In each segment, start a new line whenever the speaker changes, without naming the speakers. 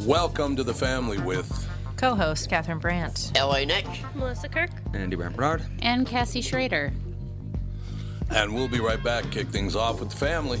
Welcome to the family with
Co host Catherine Brandt.
LA Nick.
Melissa Kirk.
Andy Brandt Bernard.
And Cassie Schrader.
And we'll be right back, kick things off with the family.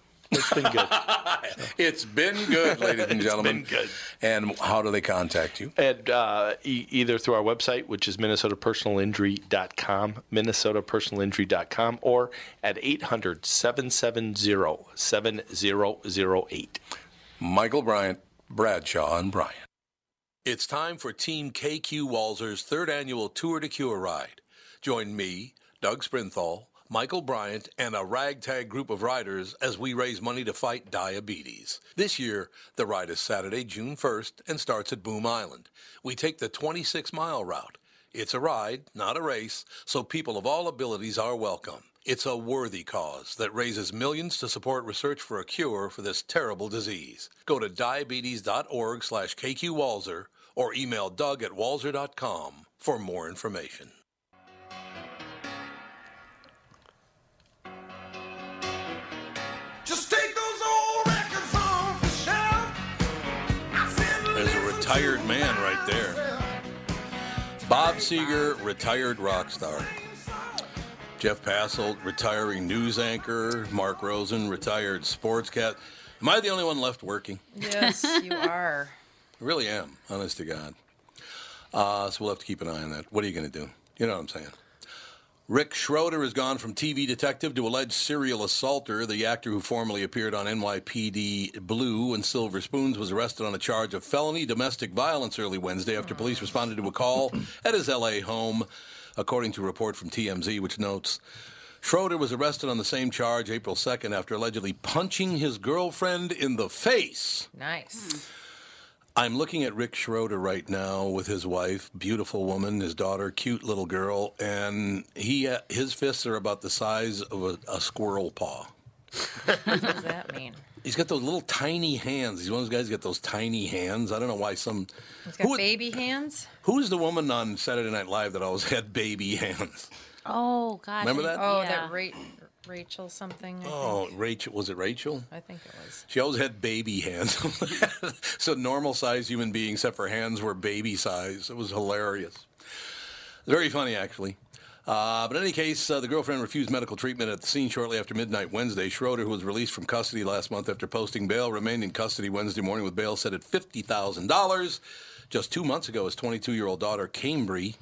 It's been good.
It's been good, ladies and
been
gentlemen.
good.
And how do they contact you?
And uh, e- either through our website, which is minnesotapersonalinjury.com, minnesotapersonalinjury.com, or at 800-770-7008.
Michael Bryant, Bradshaw, and Bryant. It's time for Team KQ Walzer's third annual Tour to Cure ride. Join me, Doug Sprinthal, Michael Bryant, and a ragtag group of riders as we raise money to fight diabetes. This year, the ride is Saturday, June 1st, and starts at Boom Island. We take the 26 mile route. It's a ride, not a race, so people of all abilities are welcome. It's a worthy cause that raises millions to support research for a cure for this terrible disease. Go to diabetes.org slash kqwalzer or email doug at walzer.com for more information.
Just take those old records off the shelf.
There's a retired man right there. Bob Seger, retired rock star. Jeff Passelt, retiring news anchor. Mark Rosen, retired sportscast. Am I the only one left working?
Yes, you are.
I really am, honest to God. Uh, so we'll have to keep an eye on that. What are you going to do? You know what I'm saying. Rick Schroeder has gone from TV detective to alleged serial assaulter. The actor who formerly appeared on NYPD Blue and Silver Spoons was arrested on a charge of felony domestic violence early Wednesday after police responded to a call at his LA home, according to a report from TMZ, which notes Schroeder was arrested on the same charge April 2nd after allegedly punching his girlfriend in the face.
Nice.
I'm looking at Rick Schroeder right now with his wife, beautiful woman, his daughter, cute little girl, and he uh, his fists are about the size of a, a squirrel paw.
What does that mean?
He's got those little tiny hands. He's one of those guys who got those tiny hands. I don't know why some.
He's got
Who-
baby hands?
Who's the woman on Saturday Night Live that always had baby hands?
Oh, God.
Remember that?
Oh,
yeah.
that Ra- Rachel something. I think.
Oh, Rachel was it Rachel?
I think it was.
She always had baby hands. so normal sized human beings, except for hands, were baby size. It was hilarious. Very funny, actually. Uh, but in any case, uh, the girlfriend refused medical treatment at the scene shortly after midnight Wednesday. Schroeder, who was released from custody last month after posting bail, remained in custody Wednesday morning with bail set at $50,000. Just two months ago, his 22 year old daughter, Cambry,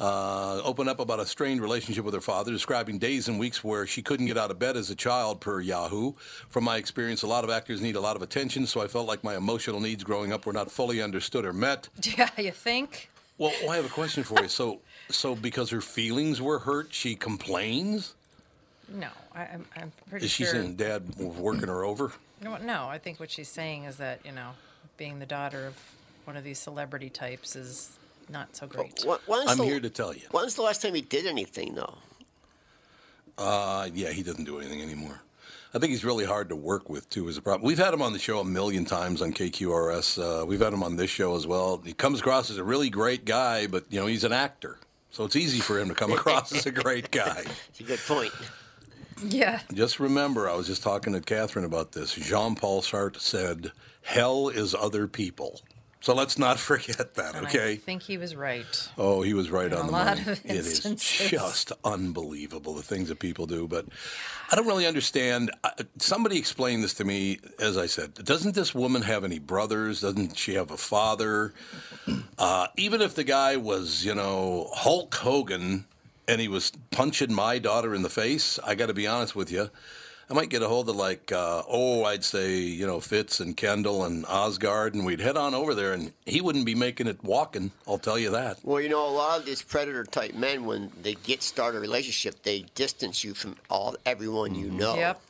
uh, opened up about a strained relationship with her father, describing days and weeks where she couldn't get out of bed as a child, per Yahoo. From my experience, a lot of actors need a lot of attention, so I felt like my emotional needs growing up were not fully understood or met.
Yeah, you think?
Well, well, I have a question for you. So, so because her feelings were hurt, she complains.
No, I, I'm, I'm pretty
Is she
sure.
saying Dad was working her over?
No, no, I think what she's saying is that, you know, being the daughter of one of these celebrity types is not so great.
When- when's
I'm
the-
here to tell you.
When's the last time he did anything, though?
Uh, yeah, he doesn't do anything anymore. I think he's really hard to work with too. Is a problem. We've had him on the show a million times on KQRS. Uh, we've had him on this show as well. He comes across as a really great guy, but you know he's an actor, so it's easy for him to come across as a great guy.
It's a good point.
Yeah.
Just remember, I was just talking to Catherine about this. Jean Paul Sartre said, Hell is other people. So let's not forget that,
And I
okay?
think he was right.
Oh, he was right on
a
the
lot
money.
of
it is
instances.
just unbelievable the things that people do. But I don't really understand. I, somebody explained this to me. As I said, doesn't this woman have any brothers? Doesn't she have a father? Uh, even if the guy was, you know, Hulk Hogan, and he was punching my daughter in the face, I got to be honest with you. I might get a hold of like, uh, oh, I'd say, you know, Fitz and Kendall and Osgard, and we'd head on over there, and he wouldn't be making it walking. I'll tell you that.
Well, you know, a lot of these predator type men, when they get started a relationship, they distance you from all everyone you know.
Yep.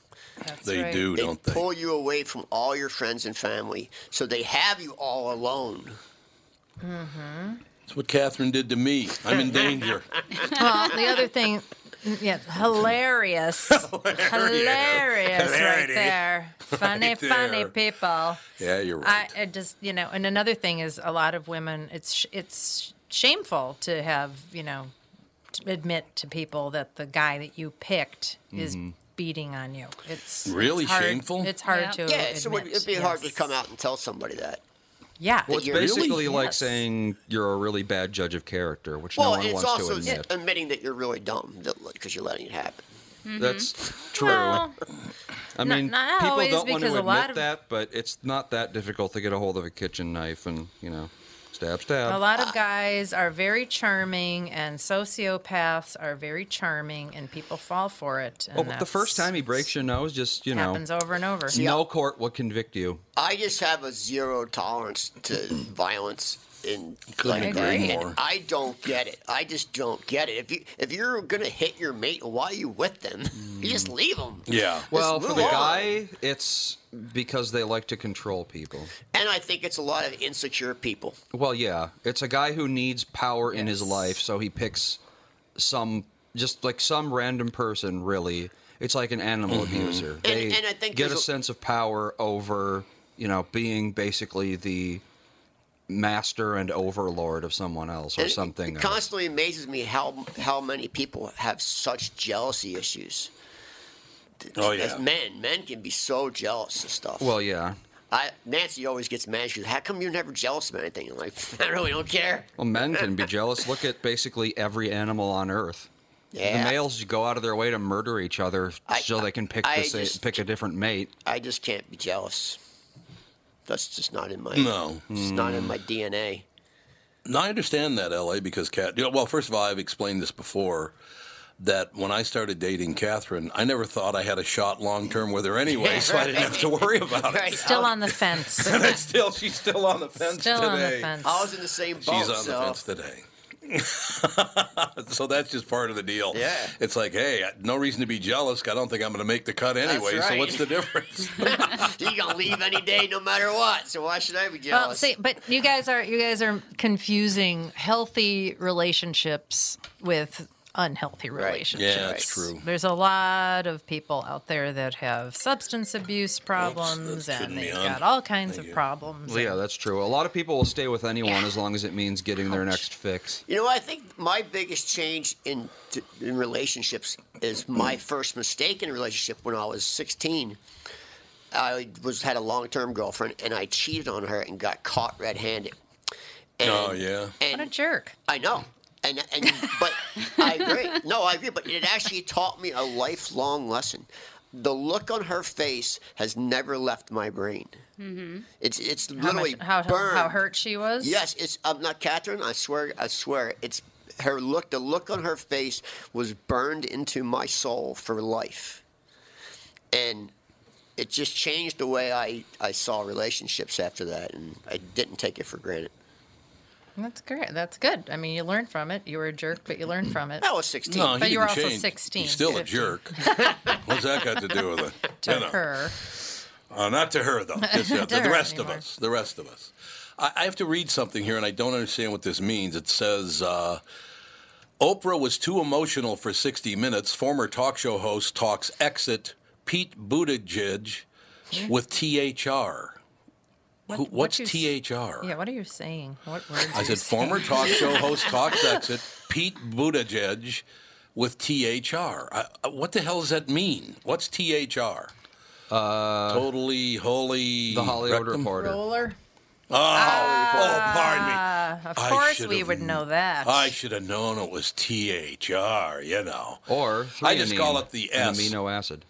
That's
They
right.
do,
They
don't they?
pull you away from all your friends and family, so they have you all alone.
That's what Catherine did to me. I'm in danger.
Well, the other thing, yeah, hilarious. hilarious, right
Hilarity.
there. Funny,
Right
funny
there.
people.
yeah, you're
I,
right.
I just, you know, and another thing is a lot of women, it's sh- it's shameful to have, you know, to admit to people that the guy that you picked is beating on you. It's
Mm-hmm. Really
it's hard-
shameful?
It's hard
Yeah.
to
Yeah, so it would-
admit,
it'd be hard to
Oh, yes.
come out and tell somebody that.
Yeah.
Well, it's
you're-
Really?
Basically, like
Yes.
saying you're a really bad judge of character, which
Well,
no one
it's
wants to
also
admit.
admitting that you're really dumb because you're letting it happen.
That's true.
Well,
I mean,
Mm-hmm. not
people
always,
don't want to
because a
admit
lot of-
that, but it's not that difficult to get a hold of a kitchen knife and you know, stab, stab.
A lot of guys are very charming, and sociopaths are very charming, and people fall for it.
Oh,
And
but the first
that's-
time he breaks your nose, just you know,
happens over and over.
no court will convict you.
I just have a zero tolerance to violence in
Couldn't
like,
agree
and
more.
I don't get it. I just don't get it. If you if you're gonna hit your mate, why are you with them? You just leave them.
Mm. yeah.
Well, for
move
the
on.
guy, it's because they like to control people.
And I think it's a lot of insecure people.
Well, yeah, it's a guy who needs power in his
Yes.
life, so he picks some, just like some random person. Really, it's like an animal abuser. They
Mm-hmm. and I think
get a
there's a-
sense of power over, you know, being basically the master and overlord of someone else or
And it-
something.
It
else.
constantly amazes me how how many people have such jealousy issues.
oh
As
yeah.
men, men can be so jealous of stuff.
Well, yeah.
I, Nancy always gets mad. She goes, "How come you're never jealous of anything?" I'm like, I really don't care.
Well, men can be jealous. Look at basically every animal on Earth.
Yeah.
The males go out of their way to murder each other
I-
so they can pick
I
the sa-
just-
pick a different mate.
I just can't be jealous. That's just not in my
No.
It's not in my DNA.
No, I understand that, LA, because Cat. You know, well, first of all, I've explained this before that when I started dating Catherine, I never thought I had a shot long term with her anyway, so I didn't have to worry about it.
Right.
Still on the fence.
But still, she's still on the fence
Still
today.
on the fence.
I was in the same boat.
She's on
so.
the fence today. so that's just part of the deal.
Yeah.
It's like, hey, no reason to be jealous. I don't think I'm going to make the cut anyway. So
right.
what's the difference?
You're gonna leave any day, no matter what. So why should I be jealous?
Well, see, but you guys are you guys are confusing healthy relationships with unhealthy relationships.
Yeah, that's true.
There's a lot of people out there that have substance abuse problems,
kidding
and
me
they've
on.
got all kinds of problems.
Well, yeah, that's true. A lot of people will stay with anyone as long as it means getting their next fix.
You know, I think my biggest change in in relationships is
Mm.
my first mistake in a relationship when I was 16. I was had a long-term girlfriend and I cheated on her and got caught red-handed. And,
oh, yeah.
What a
And
jerk!
I know. And, and but I agree. No, I agree. But it actually taught me a lifelong lesson. The look on her face has never left my brain. Mm-hmm. It's it's
How,
literally
much, how,
burned.
how hurt she was.
Yes, it's I'm not Catherine. I swear, I swear, it's her look. The look on her face was burned into my soul for life, and it just changed the way I I saw relationships after that, and I didn't take it for granted.
that's great. That's good. I mean, you learned from it. You were a jerk, but you learned from it.
I was 16.
No, he
But you were
didn't
also
change.
16,
He's still a
15.
jerk. What's that got to do with it?
to
You know.
her.
Uh, not to her though. Just, uh,
To
the
her
rest
anymore.
of us. The rest of us. I, I have to read something here, and I don't understand what this means. It says. Uh, Oprah was too emotional for 60 Minutes. Former talk show host talks exit Pete Buttigieg with THR.
What-
Who,
what
what's
you s-
THR?
Yeah, what are you saying? What words?
I
are you
said former talk show host talks exit Pete Buttigieg with THR. I, I- what the hell does that mean? What's THR? Uh, totally holy.
The Hollywood
E, rectum?
Reporter.
Roller.
Oh, oh pardon me.
Of
I
course,
should
we
have
would know that.
I should have known it was THR, you know.
Or
I just
threonine,
call it the
an
S.
amino acid.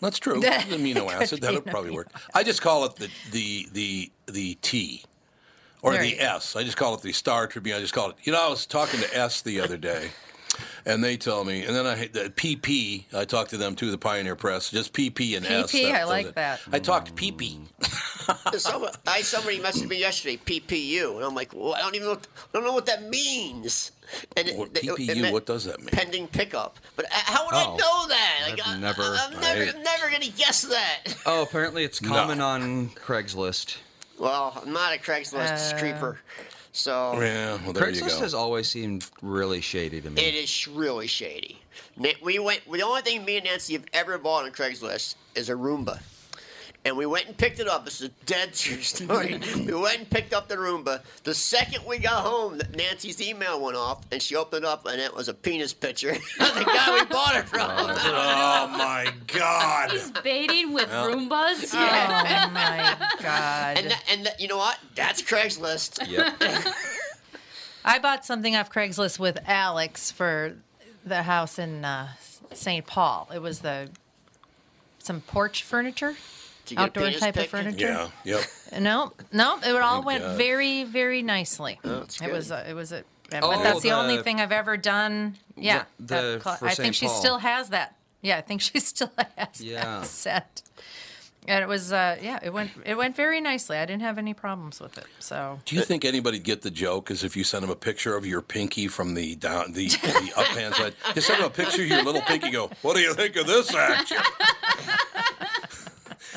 That's true. The amino acid that would probably work. I just call it the the the the T or
There you
the
go.
S. I just call it the Star Tribune. I just call it. You know, I was talking to S the other day, and they tell me, and then I the PP. I talked to them too, the Pioneer Press. Just PP and S.
PP, I
does
like
it.
that.
I talked PP.
Some- I had somebody messaged me yesterday, PPU, and I'm like, well, I don't even know, what- I don't know what that means. And it-
What-
it- it
PPU,
meant
what does that mean?
Pending pickup. But I- how would
Oh.
I know that? Like,
I've
I,
never-
I, am never,
I-
I'm never gonna guess that.
Oh, apparently it's common on Craigslist.
Well, I'm not a Craigslist creeper, so
Yeah, well, there you go.
Craigslist has always seemed really shady to me.
it is sh- really shady. Na- We went. The only thing me and Nancy have ever bought on Craigslist is a Roomba. And we went and picked it up. This is a dead true story. we went and picked up the Roomba. The second we got home, Nancy's email went off, and she opened it up, and it was a penis picture. of the guy we bought it from.
oh my God!
Baiting with Roombas?
oh my god!
and that, and that, you know what? That's Craigslist.
Yep.
I bought something off Craigslist with Alex for the house in uh, St. Paul. It was the some porch furniture,
Did you get a
outdoor
penis
type of
picture?
furniture.
Yeah. Yep.
No, no, it all went
God.
very, very nicely.
that's
it was,
good.
a, it was a.
Oh,
but that's the, only
the-
thing I've ever done. Yeah,
the-
that
for
I
St.
think she
Paul.
still has that. Yeah, I think she still has
Yeah.
that set. And it was, uh, yeah, it went, it went very nicely. I didn't have any problems with it. So
Do you think anybody'd get the joke? Is if you send them a picture of your pinky from the down the, the up hand side, you send them a picture of your little pinky. Go, what do you think of this action?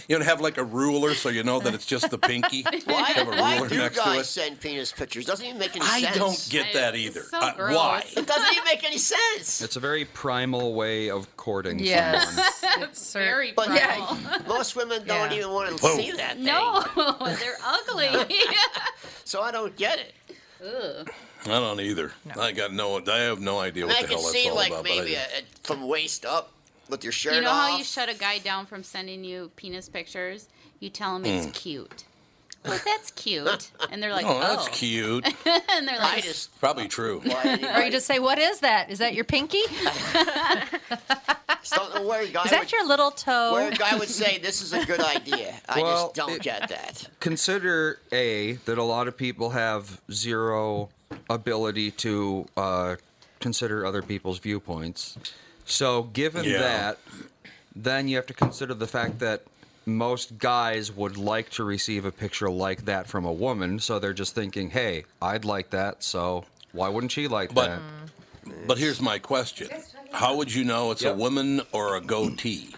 you don't have like a ruler so you know that it's just the pinky.
Why,
have a ruler
why do
next to
guys
it.
send penis pictures? Doesn't even make any
I
sense.
don't get that either.
It's so
Uh,
gross.
why?
It doesn't even make any sense.
it's a very primal way of courting someone.
yes, it's cer-
Very
But
primal.
yeah, most women don't
Yeah.
even want to
Whoa.
see that thing.
No, they're ugly.
So I don't get it.
I don't either. I got no. I have no idea what
I
the
can
hell that's
see
all
like
about. but I
maybe a,
didn't.
a- from waist up with your shirt
you know
off.
how you shut a guy down from sending you penis pictures? You tell him
Hmm.
it's cute. Well, that's cute. And they're like,
oh,
oh.
that's cute.
And they're
I
like,
just.
Probably true.
Why
Or you just say, "What is that? Is that your pinky? Is
don't know uh, where a guy
that
would,
your little
where
toe?"
a guy would say this is a good idea. I
Well,
just don't
it-
get that.
Consider a that a lot of people have zero ability to uh, consider other people's viewpoints. So, given
Yeah.
that, then you have to consider the fact that most guys would like to receive a picture like that from a woman. So they're just thinking, "Hey, I'd like that. So why wouldn't she like
But-
that?"
Mm.
But here's my question: How would you know it's
Yep.
a woman or a goatee?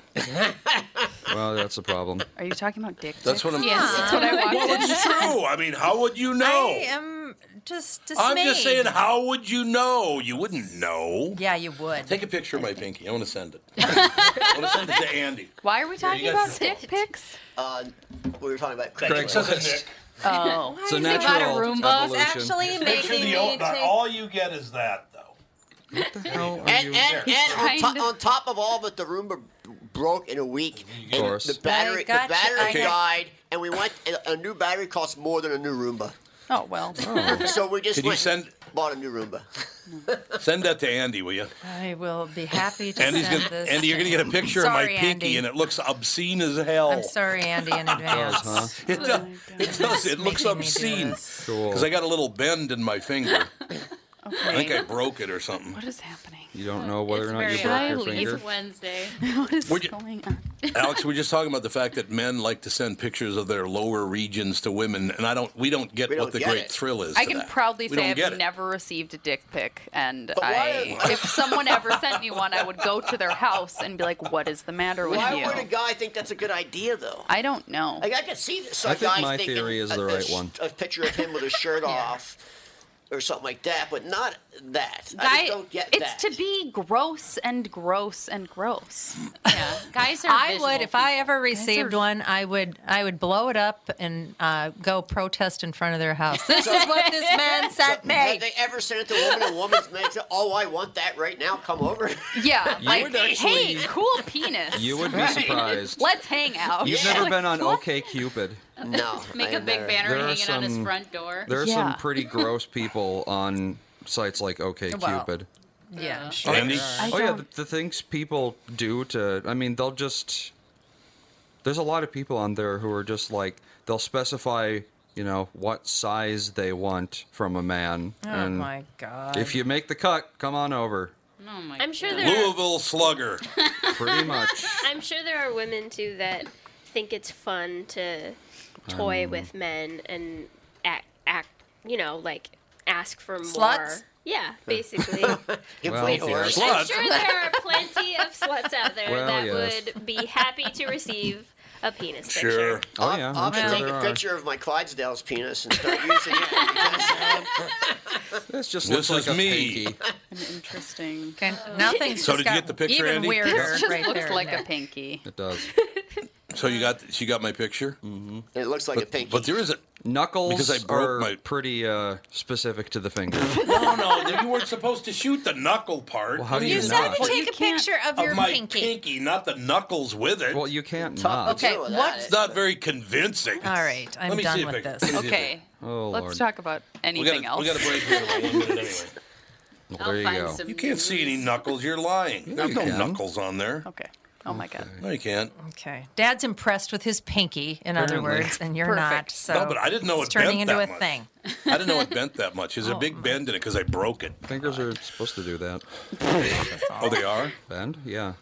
Well, that's the problem.
Are you talking about dick?
That's what I'm.
yes, that's what I want.
Well, it's true. I mean, how would you know?
I am just dismayed.
I'm just saying, how would you know? You wouldn't know.
Yeah, you would.
Take a picture of my pinky. I want to send it. I want to send it to Andy.
Why are we talking
you guys
about dick pics?
Uh, we were talking about
Craigslist.
Craigslist.
Oh,
It's a
Why is it
about a
natural
Roomba?
evolution.
Actually, making me take.
you get is that, though.
How are
And,
you-
and, and on,
Kind
to,
of.
on top of all that, the Roomba broke in a week.
Of
and
course.
the battery, the
gotcha.
battery
Okay.
died, and we went. And a new battery costs more than a new Roomba.
oh well.
So we just
Could you
went and
send-
bought a new Roomba.
Send that to Andy, will you?
I will be happy to
Andy's
send
gonna,
this.
Andy, you're going to get a picture of my
Sorry,
pinky,
Andy.
and it looks obscene as hell.
I'm sorry, Andy, in advance.
huh?
It does. it does. It looks
Making me do
obscene
this.
Cool.
because I got a little bend in my finger. I think
Okay.
I broke it or something.
What is happening?
You don't know whether
It's
or not you
very
broke your
ugly.
finger.
It's Wednesday.
What is
Would you-
going on?
Alex, we're just talking about the fact that men like to send pictures of their lower regions to women, and I don't. We don't get
We
what
don't
the
get
great
it.
thrill is.
I
to
can
that.
proudly
We
say
don't
I've
get it.
never received a dick pic, and
why-
I, if someone ever sent me one, I would go to their house and be like, "What is the matter with
Why
you?"
would a guy think that's a good idea, though?
I don't know.
Like I can see that some
I think
guys
my
thinking
theory is
a-
the
a
right
sh-
one.
A picture of him with his shirt off, or something like that, but not that. I
Guy,
just don't get
it's
that.
to be gross and gross and gross.
Yeah, guys are.
I
visual
would, if I
people.
ever received
are-
one, I would, I would blow it up and uh, go protest in front of their house. This is what this man sent
Have
me.
they ever sent it to a woman? A woman's made it. Oh, I want that right now. Come over.
Yeah, like,
would actually-
hey, cool penis.
You would be surprised.
Let's hang out.
You've never been on OK Cupid.
No.
Make
a
a big banner
There are
hanging on his
some-
front door.
There are
Yeah.
some pretty gross people on sites like OKCupid.
Yeah, I'm sure.
Andy,
I
oh yeah, the,
don't-
the things people do to. I mean, they'll just. There's a lot of people on there who are just like they'll specify, you know, what size they want from a man.
Oh
and
my god.
If you make the cut, come on over.
Oh my
I'm sure there are,
Louisville Slugger.
Pretty much.
I'm sure there are women too that think it's fun to
Um,
toy with men and act, act you know, like ask for more.
Sluts?
Yeah, basically.
Complete
Well,
horse.
yeah.
I'm sure there are plenty of sluts out there
Well,
that
yes.
would be happy to receive a penis
Sure.
picture.
Oh
I'll,
yeah,
I'll
I'm sure
take
there
a
are.
picture of my Clydesdale's penis and start using it.
This just
This
looks
is
like a
me.
pinky.
Interesting.
Okay, now things
So did
just
you
got
get the picture,
even
Andy?
weirder
This
just
right
looks
there,
like
Nick.
a pinky.
It does.
So you got she got my picture,
Mm. It looks like a pinky.
but there is a
Knuckles
Because I broke
are
my-
pretty uh, specific to the finger.
no, no. You weren't supposed to shoot the knuckle part.
Well, how do
You
You're
said
not.
to
Well,
take a picture of, your
of my
pinky.
not the knuckles with it.
well, you can't not.
Okay,
Deal with
what-
that.
it's not very convincing.
All right, I'm
Let me
done
see a
with
picture.
this.
Let me see a
Okay.
Oh,
Let's
Lord.
talk about
We got,
anything
a, we got
else.
a break here in one minute anyway.
Well,
I'll
there you
find
go.
some
You can't see any knuckles. You're lying. There's
you
no
can.
knuckles on there.
Okay. Oh my god.
No, you can't.
Okay, Dad's impressed with his pinky, in other
Apparently.
words, and you're not.
Perfect.
So
No, but I didn't know
it's
it bent
turning into
that
a
much.
thing.
I didn't know it bent that much.
Oh.
There's a big bend in it because I broke it.
Fingers are supposed to do that.
Oh, they are?
Bend? Yeah.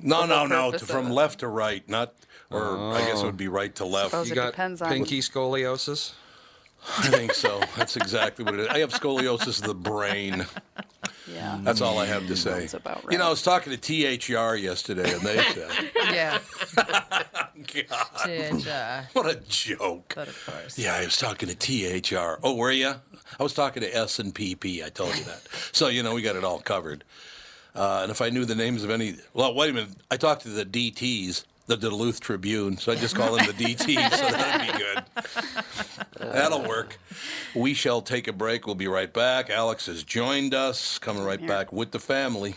No, no, no.
purpose
From
of it.
left to right, not, or I guess it would be right to left.
Suppose
You
It
got
depends on-
pinky scoliosis.
I think so. That's exactly what it is. I have scoliosis of the brain.
Yeah.
That's all I have to say.
Sounds about
You know, I
right.
was talking to THR yesterday, and they said,
Yeah,
God,
did, uh,
what a joke.
but of course.
Yeah, I was talking to THR. Oh, were you? I was talking to S and PP. I told you that. So you know we got it all covered. Uh, and if I knew the names of any, well, wait a minute. I talked to the DTS, the Duluth Tribune. So I just call them the DTS. so that'd be good. That'll work. We shall take a break. We'll be right back. Alex has joined us. Coming right back with the family.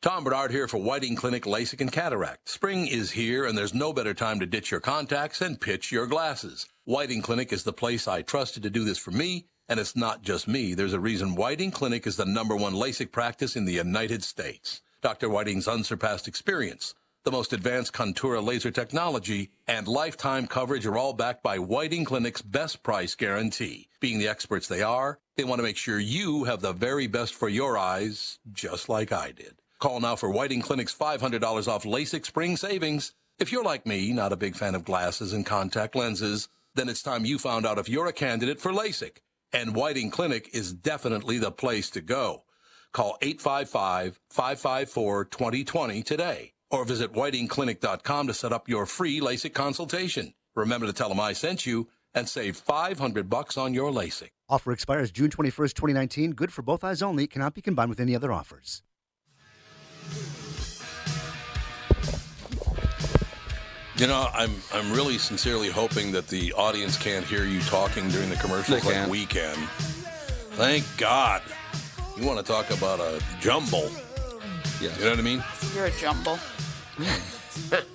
Tom Bernard here for Whiting Clinic LASIK and Cataract. Spring is here and there's no better time to ditch your contacts and pitch your glasses. Whiting Clinic is the place I trusted to do this for me, and it's not just me. There's a reason Whiting Clinic is the number one LASIK practice in the United States. Dr. Whiting's unsurpassed experience, the most advanced Contura laser technology, and lifetime coverage are all backed by Whiting Clinic's best price guarantee. Being the experts they are, they want to make sure you have the very best for your eyes, just like I did. Call now for Whiting Clinic's $500 off LASIK spring savings. If you're like me, not a big fan of glasses and contact lenses, then it's time you found out if you're a candidate for LASIK. And Whiting Clinic is definitely the place to go. Call 855 554 2020 today or visit whitingclinic.com to set up your free LASIK consultation. Remember to tell them I sent you and save 500 bucks on your LASIK.
Offer expires June 21st, 2019. Good for both eyes only. Cannot be combined with any other offers.
You know, I'm I'm really sincerely hoping that the audience can't hear you talking during the commercials
They
like
can.
we can. Thank God. You want to talk about a jumble?
Yes.
You know what I mean?
You're a jumble.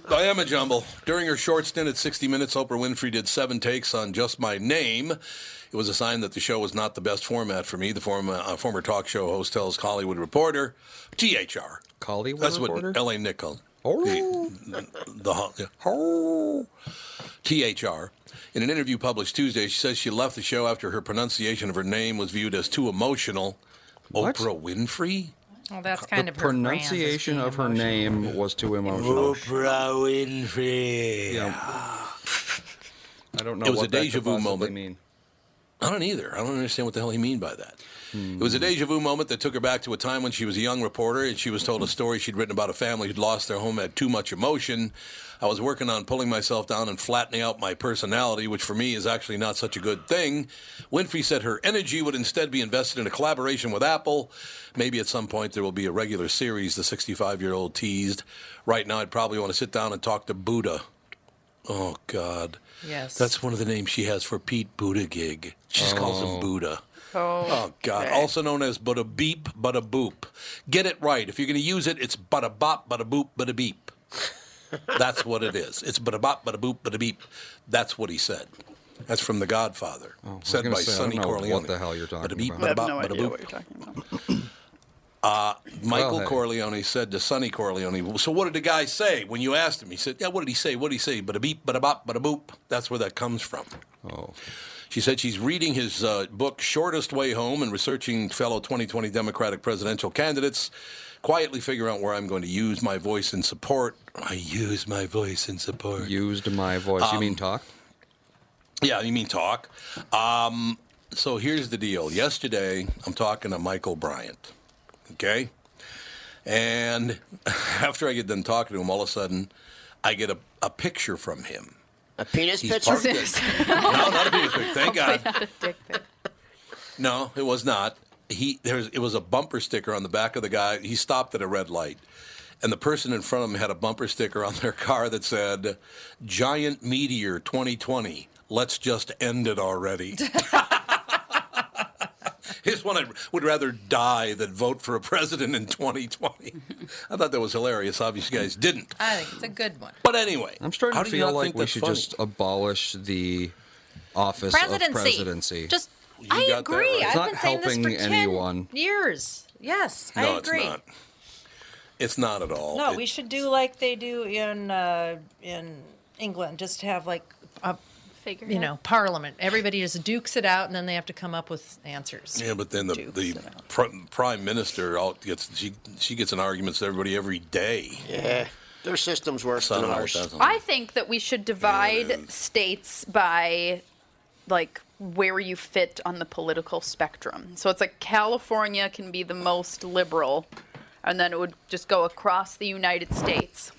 I am a jumble. During her short stint at 60 Minutes, Oprah Winfrey did seven takes on Just My Name. It was a sign that the show was not the best format for me. The former, uh, former talk show host tells Hollywood reporter, THR.
Collie
That's
reporter?
what L.A. Nick called. The, the hon- yeah, "Oh." THR. In an interview published Tuesday, she says she left the show after her pronunciation of her name was viewed as too emotional. Oprah Winfrey?
Well, that's kind
the
of her brand.
pronunciation of her name was too emotional.
Oprah Winfrey.
I don't know
It was
what
a
that
deja
could
vu
possibly
moment.
mean.
I don't either. I don't understand what the hell he mean by that. It was a deja vu moment that took her back to a time when she was a young reporter and she was told a story she'd written about a family who'd lost their home at too much emotion. I was working on pulling myself down and flattening out my personality, which for me is actually not such a good thing. Winfrey said her energy would instead be invested in a collaboration with Apple. Maybe at some point there will be a regular series, the 65 year old teased. Right now, I'd probably want to sit down and talk to Buddha. Oh, God.
Yes.
That's one of the names she has for Pete Buddha Gig. She just calls
Oh.
him Buddha.
Oh.
God.
Okay.
Also known as Butta Beep, Butta Boop. Get it right. If you're going to use it, it's Butta Bop, Butta Boop, Butta Beep. That's what it is. It's Butta Bop, Butta Boop, Butta Beep. That's what he said. That's from The Godfather,
was
said
gonna
by
say, Oh, I don't
Sonny
know what
Corleone.
the hell you're talking
Butta Beep,
about. I have
Butta
no
Bop, Butta
idea
Boop.
what you're
Uh, Michael
Well, hey.
Corleone said to Sonny Corleone, So what did the guy say when you asked him? He said, Yeah, what did he say? What did he say? Bada beep, bada bop, bada boop. That's where that comes from.
Oh.
She said she's reading his uh, book, Shortest Way Home, and researching fellow 2020 Democratic presidential candidates. Quietly figure out where I'm going to use my voice in support. I use my voice in support.
Used my voice. you
Um,
mean talk?
Yeah, you mean talk. Um, so here's the deal. Yesterday, I'm talking to Michael Bryant. Okay? And after I get done talking to him, all of a sudden, I get a, a picture from him.
A penis
He's
picture?
parked it. no, not a penis picture. Thank God. No, it was not. He there's it was a bumper sticker on the back of the guy. He stopped at a red light. And the person in front of him had a bumper sticker on their car that said Giant Meteor 2020. Let's just end it already. Here's one I would rather die than vote for a president in 2020. I thought that was hilarious. Obviously, you guys didn't.
I think it's a good one.
But anyway,
I'm starting
how
to
do you
feel
not
like
think
we
that's
should
funny?
just abolish the office
Presidency.
of presidency.
Just, I
got that
agree.
right. It's
I've
not
been saying this for
helping
10
anyone.
years. Yes,
no,
I agree.
it's not. It's not at all.
No,
It-
we should do like they do in uh, in England. Just have like a
Figurehead.
you know Parliament. Everybody just dukes it out, and then they have to come up with answers.
Yeah, but then the, the pr- prime minister all gets she she gets in arguments with everybody every day.
Yeah, Eh, their system's worse
So I don't
than
know what
ours.
that's all
I think that we should divide states by like where you fit on the political spectrum. So it's like California can be the most liberal and then it would just go across the United States.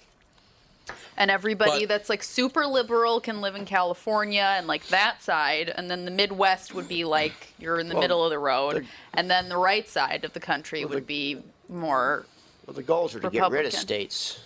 And everybody
But-
that's like super liberal can live in California and like that side and then the Midwest would be like you're in the
Well,
middle of the road and then the right side of the country would be more
Well, the goals are to get rid of
Republican.
states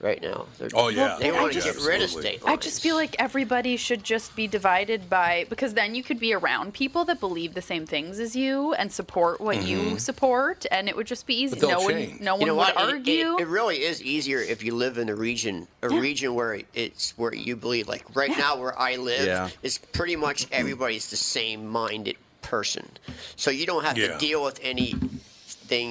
right now. They're-
Oh, yeah.
They
Well,
want to
I
get
just-
rid of
absolutely.
state
I
lines.
just feel like everybody should just be divided by because then you could be around people that believe the same things as you and support what you
Mhm.
support, and it would just be easy. No one, no
You know
one would
what? It- it-
argue.
It, really is easier if you live in a region, a region where it's where you believe. Like right now, where I live,
Yeah.
it's pretty much everybody's the same-minded person, so you don't have
Yeah.
to deal with anything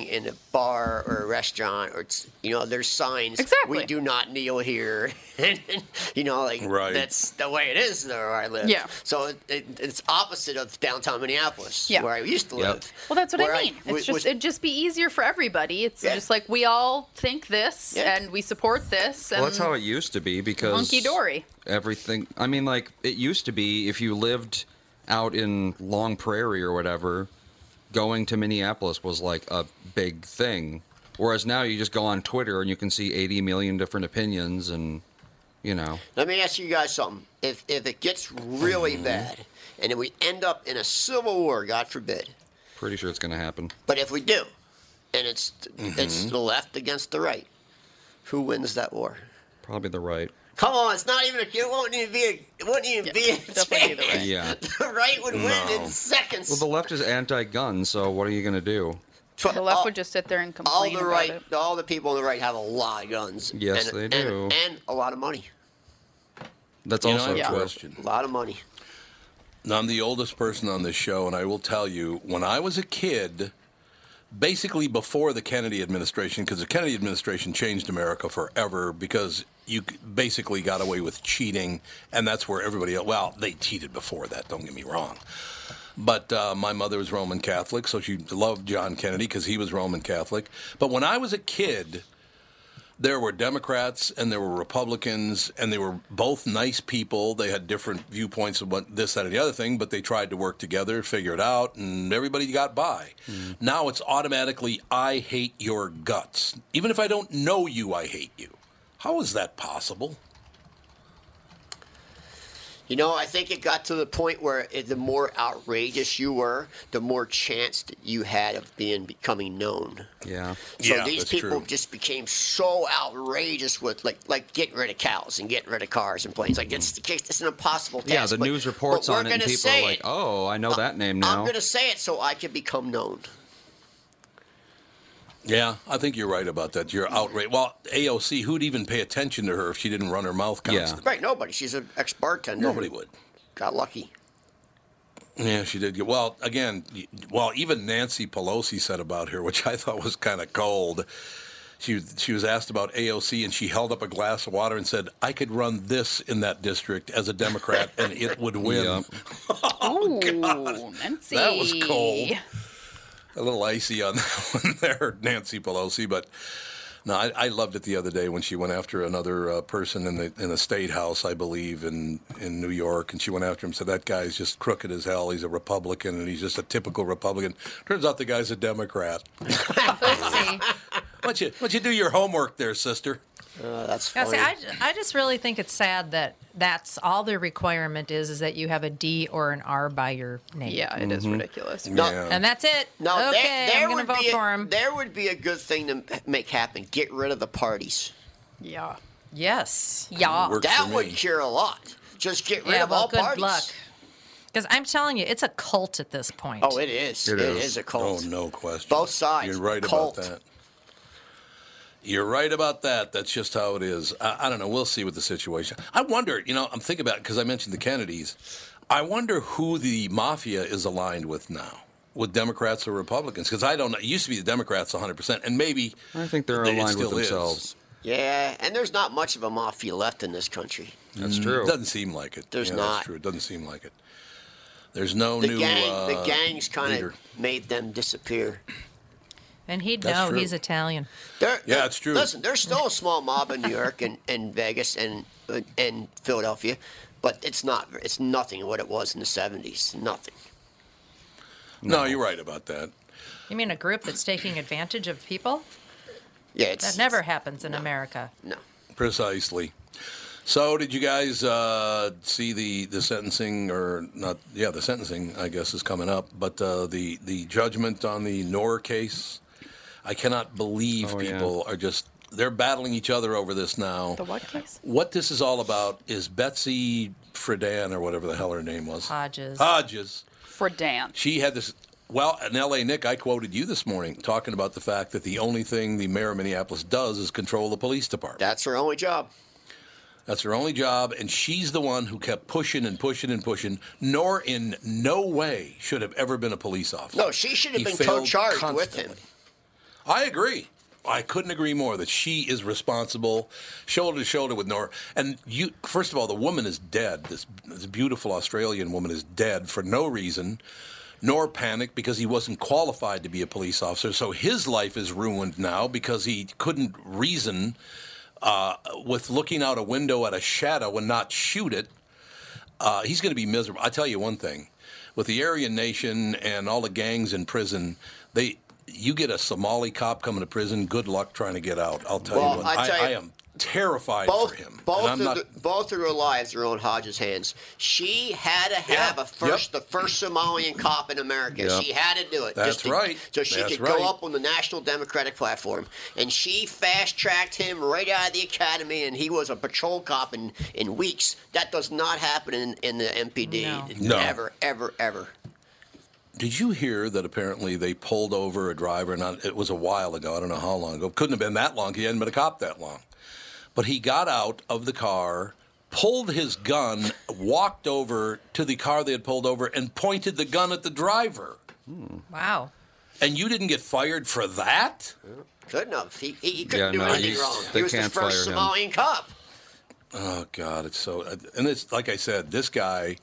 in a bar or a restaurant or it's, you know there's signs we
Exactly.
do not kneel here you know like
Right.
that's the way it is where i live
Yeah.
so it, it, it's opposite of downtown minneapolis
Yeah.
where i used to live
well, that's what
where
I mean. it's
was-
just
was-
it'd just be easier for everybody. It's
Yeah.
just like we all think this and we support this. And
Well, that's how it used to be because
Hunky dory.
everything. I mean, like it used to be if you lived out in Long Prairie or whatever, going to Minneapolis was like a big thing. Whereas now you just go on Twitter and you can see 80 million different opinions and you know.
Let me ask you guys something. If if it gets really
Mm-hmm.
bad, and if we end up in a civil war, God forbid,
Pretty sure it's going to happen.
but if we do, and it's it's
Mhm.
the left against the right, who wins that war?
Probably the right.
Come on, it's not even a. It won't even be. A, it won't even be. A definitely the right.
Yeah.
the right would win
No.
in seconds.
Well, the left is anti-gun, so what are you going to do?
the left would just sit there and
all
complain
the
about
right,
it.
all the people on the right have a lot of guns.
Yes,
and,
they
and-
do.
and a lot of money.
That's
You know, I
also
have a
true.
question.
A lot of money.
Now, I'm the oldest person on this show, and I will tell you, when I was a kid, basically before the Kennedy administration, because the Kennedy administration changed America forever because you c- basically got away with cheating, and that's where everybody else, well, they cheated before that, don't get me wrong. But uh, my mother was Roman Catholic, so she loved John Kennedy because he was Roman Catholic. But when I was a kid, there were Democrats and there were Republicans, and they were both nice people. They had different viewpoints of what this, that, and the other thing, but they tried to work together, figure it out, and everybody got by. Now it's automatically, I hate your guts. Even if I don't know you, I hate you. How is that possible?
You know, I think it got to the point where it, the more outrageous you were, the more chance that you had of being becoming known.
Yeah.
So
Yeah,
these
that's
people
true.
just became so outrageous with like like getting rid of cows and getting rid of cars and planes. Like it's the case. It's an impossible task.
Mm-hmm. yeah, the
but-
news reports
but we're
on it, and
gonna
people
say
are like,
it.
"Oh, I know that name
I'm
now."
going to say it so I can become known.
Yeah, I think you're right about that. You're outraged. Well, AOC, who'd even pay attention to her if she didn't run her mouth constantly?
Right? Nobody. She's an ex bartender.
Nobody would.
Got lucky.
Yeah, she did. get Well, again, y- well, even Nancy Pelosi said about her, which I thought was kind of cold. She was- she was asked about AOC, and she held up a glass of water and said, "I could run this in that district as a Democrat, and it would win."
Yep.
Oh, Nancy.
That was cold. A little icy on that one there, Nancy Pelosi, but. No, I, I loved it the other day when she went after another uh, person in the in the state house, I believe, in in New York, and she went after him. Said that guy's just crooked as hell. He's a Republican, and he's just a typical Republican. Turns out the guy's a Democrat. Why don't you why don't you do your homework there, sister?
Uh, that's
Yeah, see, I, ju- I just really think it's sad that that's all the requirement is is that you have a D or an R by your name.
Yeah, it is ridiculous.
And that's it.
No, there,
okay,
there
I'm going
would
to vote
be a,
for him.
There would be a good thing to make happen. Get rid of the parties.
Yeah.
Yes.
Yeah.
Works That for would me. cure a lot. Just get rid
yeah,
of
well,
all
good
parties.
luck. Because I'm telling you, it's a cult at this point.
Oh, it is. It, it is. a cult.
Oh, no question.
Both sides.
You're right
Cult.
about that. You're right about that. That's just how it is. I, I don't know. We'll see with the situation. I wonder. You know, I'm thinking about because I mentioned the Kennedys. I wonder who the mafia is aligned with now, with Democrats or Republicans. Because I don't know. It used to be the Democrats 100, percent and maybe
I think they're
it
aligned with
still is.
themselves.
Yeah, and there's not much of a mafia left in this country.
That's
Mm,
true.
Doesn't seem like it.
There's
yeah,
not.
That's true. It doesn't seem like it. There's no
The
new
gang, the
uh,
gangs kind
leader.
of made them disappear.
And he'd
That's
know
true.
he's Italian.
There,
Yeah, it's true.
Listen, there's still a small mob in New York and, and Vegas and and Philadelphia, but it's not. It's nothing what it was in the '70s. Nothing.
No, you're right about that.
You mean a group that's taking advantage of people?
Yeah,
that never happens in America.
No.
Precisely. So, did you guys uh, see the, the sentencing or not? Yeah, the sentencing I guess is coming up, but uh, the the judgment on the Nor case. I cannot believe people are just they're battling each other over this now.
The what case?
What this is all about is Betsy Friedan or whatever the hell her name was.
Hodges.
Hodges.
For Dan.
She had this. Well, in LA, Nick, I quoted you this morning talking about the fact that the only thing the mayor of Minneapolis does is control the police department.
That's her only job.
That's her only job, and she's the one who kept pushing and pushing and pushing. Nor in no way should have ever been a police officer.
No, she should have
He
been
failed
co-charged
constantly.
with him.
I agree. I couldn't agree more that she is responsible, shoulder to shoulder with Nora. And you, first of all, the woman is dead. This, this beautiful Australian woman is dead for no reason. Nor panicked because he wasn't qualified to be a police officer, so his life is ruined now because he couldn't reason uh, with looking out a window at a shadow and not shoot it. Uh, he's going to be miserable. I tell you one thing: with the Aryan Nation and all the gangs in prison, they you get a Somali cop coming to prison. Good luck trying to get out. I'll tell
Well,
you what.
I
I,
tell you-
I am terrified for
Both,
him. and
both,
I'm
of
not-
the, both of her lives are on Hodges' hands. She had to have a first, the first Somalian cop in America.
Yep.
She had to do it.
That's
just to-
right.
So she
That's
could
right.
go up on the National Democratic platform, and she fast tracked him right out of the academy, and he was a patrol cop in, in weeks. That does not happen in, in the MPD
No. No.
ever, ever, ever.
Did you hear that apparently they pulled over a driver? Not it was a while ago. I don't know how long ago. Couldn't have been that long. He hadn't been a cop that long. But he got out of the car, pulled his gun, walked over to the car they had pulled over, and pointed the gun at the driver.
Wow.
And you didn't get fired for that?
Couldn't have. He, he, he couldn't
Yeah,
do
no,
anything
he's-
wrong.
they
He was the
can't
first
fire him.
Somalian cop.
Oh God, it's so. And it's like I said, this guy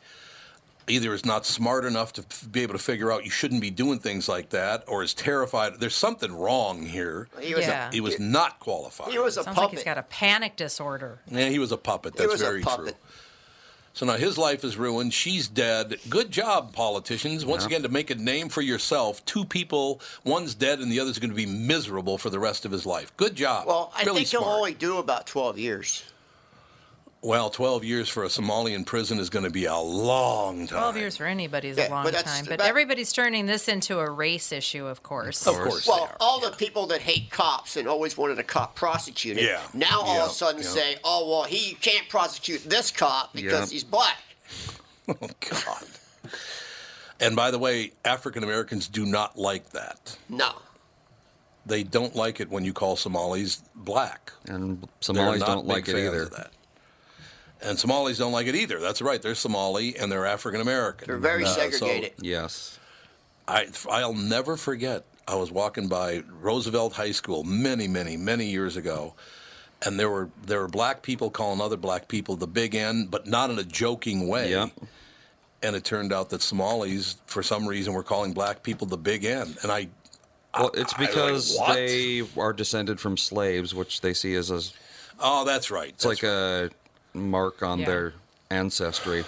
either is not smart enough to f- be able to figure out you shouldn't be doing things like that, or is terrified. There's something wrong here.
He was
a- Yeah.
he was not qualified.
He was a
Sounds like
puppet.
he's got a panic disorder.
Yeah, he was a puppet.
He
That's
was a
very
puppet.
true. So now his life is ruined. She's dead. Good job, politicians. Once
Yeah.
again, to make a name for yourself. Two people, one's dead and the other's going to be miserable for the rest of his life. Good job.
Well, I
really
think he'll only do about 12 years.
Well, 12 years for a Somali in prison is going to be a long time.
12 years for anybody is
Yeah,
a long
but that's-
time. But
that-
everybody's turning this into a race issue, of course.
Of course.
Well, all the people that hate cops and always wanted a cop prosecuted
Yeah.
now all of
Yeah,
a sudden
yeah.
say, oh, well, he can't prosecute this cop because
Yeah.
he's black.
Oh, God. And by the way, African Americans do not like that.
No.
They don't like it when you call Somalis black.
And Somalis don't like it either.
And Somalis don't like it either. That's right. They're Somali and they're African American.
They're very
so
segregated.
Yes.
I, I'll never forget. I was walking by Roosevelt High School many, many, many years ago, and there were there were black people calling other black people the Big N, but not in a joking way. And it turned out that Somalis, for some reason, were calling black people the Big N, and I.
Well, it's
I- I- like,
because
what?
they are descended from slaves, which they see as a.
Oh, that's right.
It's like a mark on
Yeah.
their ancestry.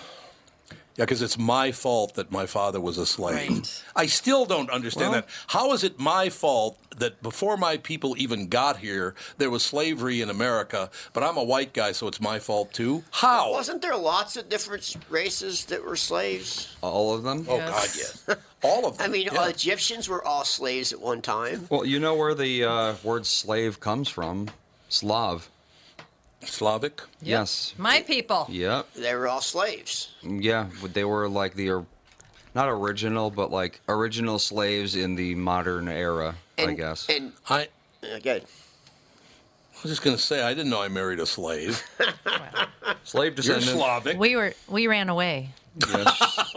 Yeah, because it's my fault that my father was a slave. I still don't understand
Well-
that. How is it my fault that before my people even got here, there was slavery in America, but I'm a white guy, so it's my fault too? How?
Wasn't there lots of different races that were slaves?
All of them?
Oh, God, yes. All of
I
them.
mean, uh,
yeah.
Egyptians were all slaves at one time.
Well, you know where the uh, word slave comes from Slav.
Slavic?
Yes.
My people.
Yep.
They were all slaves.
Yeah, but they were like the, or- not original, but like original slaves in the modern era, I guess.
And uh,
I,
okay.
I was just going to say, I didn't know I married a slave.
Slave
You're
descendant.
Slavic.
We were we ran away.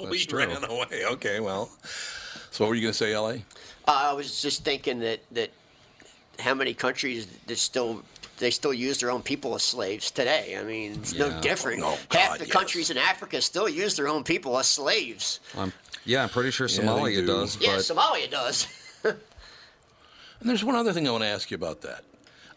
we ran away. Okay, well. So what were you going to say, L.A.?
Uh, I was just thinking that, that how many countries that still they still use their own people as slaves today. I mean, it's
Yeah.
no different.
Oh,
Half
God,
the
yes.
countries in Africa still use their own people as slaves.
Um, yeah, I'm pretty sure
Yeah, they
Somalia
do.
does.
Yeah,
but
Somalia does.
And there's one other thing I want to ask you about that.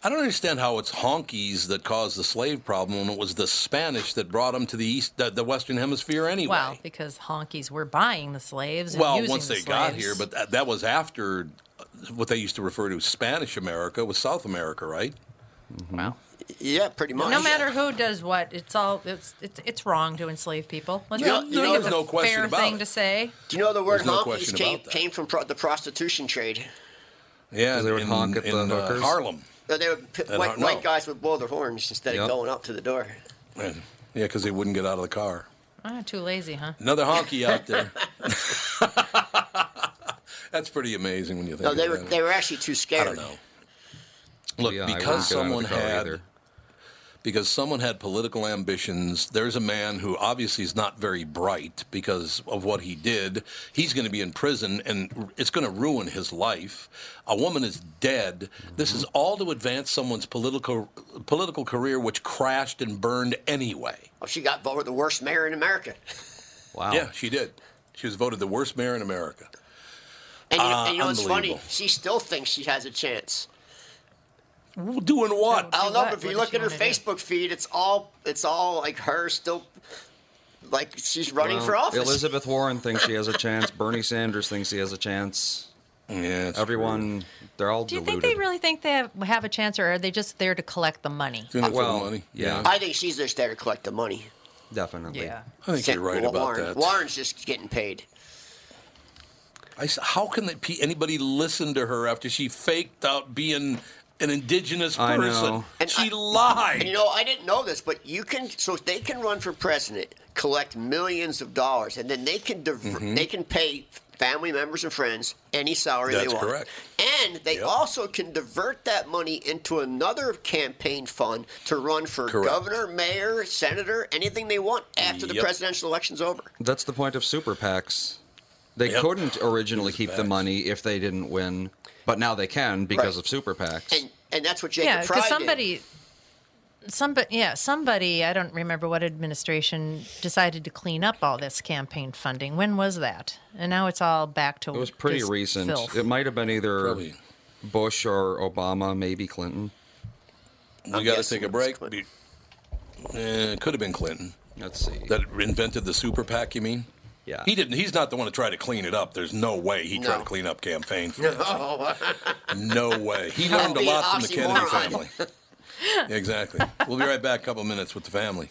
I don't understand how it's honkies that caused the slave problem when it was the Spanish that brought them to the east, the, the Western Hemisphere anyway.
Well, because honkies were buying the slaves. And
Well,
using
once
the
they got
slaves.
here, but that, that was after uh, what they used to refer to as Spanish America was South America, right?
Wow.
Yeah, pretty much.
no matter who does what, it's all it's it's, it's wrong to enslave people. Let's
Yeah,
be-
you know,
I think it's
there's
a
no question
fair
about
thing
it.
to say.
Do you know the word
There's no
honkies
question
came,
about that.
came from pro- the prostitution trade?
Yeah,
they would
in,
honk at the
in, uh,
hookers.
Harlem.
No, they would, p-
I
white,
don't know.
white guys would blow their horns instead
Yep.
of going up to the door.
Yeah, because they wouldn't get out of the car.
Ah, too lazy, huh?
Another honky out there. That's pretty amazing when you think.
No, they
of
were
that.
they were actually too scared.
I don't know. Look,
Yeah, I wouldn't
because
get out of the
someone
car
had
either.
because someone had political ambitions, there's a man who obviously is not very bright because of what he did. He's going to be in prison and it's going to ruin his life. A woman is dead. This is
Mm-hmm.
all to advance someone's political political career which crashed and burned anyway.
Oh, she got voted the worst mayor in America.
Wow.
Yeah, she did. She was voted the worst mayor in America.
And you, know-
Ah,
and you know what's funny?
unbelievable.
She still thinks she has a chance.
Doing what?
I don't know, but if
What
you
does
look
she
at her
wanna do?
Facebook feed, it's all it's all like her still, like she's running
Well,
for office.
Elizabeth Warren thinks she has a chance. Bernie Sanders thinks he has a chance.
Yeah,
everyone, they're all
Do you
deluded.
think they really think they have, have a chance, or are they just there to collect the money?
Doing it for
Well,
the money.
yeah.
I think she's just there to collect the money.
Definitely.
Yeah.
I think you're right
Well,
about
Warren,
that.
Warren's just getting paid.
I s how can that pe- anybody listen to her after she faked out being an indigenous
I
person?
know.
And
she
I-
lied.
And you know, I didn't know this, but you can. So they can run for president, collect millions of dollars, and then they can diver-
Mm-hmm.
they can pay family members and friends any salary they
That's
want.
correct.
And they also can divert that money into another campaign fund to run for
Correct.
governor, mayor, senator, anything they want after the
Yep.
presidential election's over.
That's the point of super PACs. They
Yep.
couldn't originally
These
keep the
facts.
money if they didn't win, but now they can because
Right.
of super PACs.
And and that's what Jacob
yeah,
Fry did.
somebody, somebody, yeah, somebody. I don't remember what administration decided to clean up all this campaign funding. When was that? And now it's all back to
It was pretty
just
recent.
filth.
It might have been either Bush or Obama, maybe Clinton.
"Oh,
We got to take a break. Be- eh, it could have been Clinton.
Let's see.
That invented the super PAC, you mean?
Yeah.
He didn't. He's not the one to try to clean it up. There's no way he tried
No.
to clean up campaign finance.
No.
no way. He
That
learned
would
a
be
lot
an
from the Kennedy
oxymoron.
family. exactly. We'll be right back. couple minutes with the family.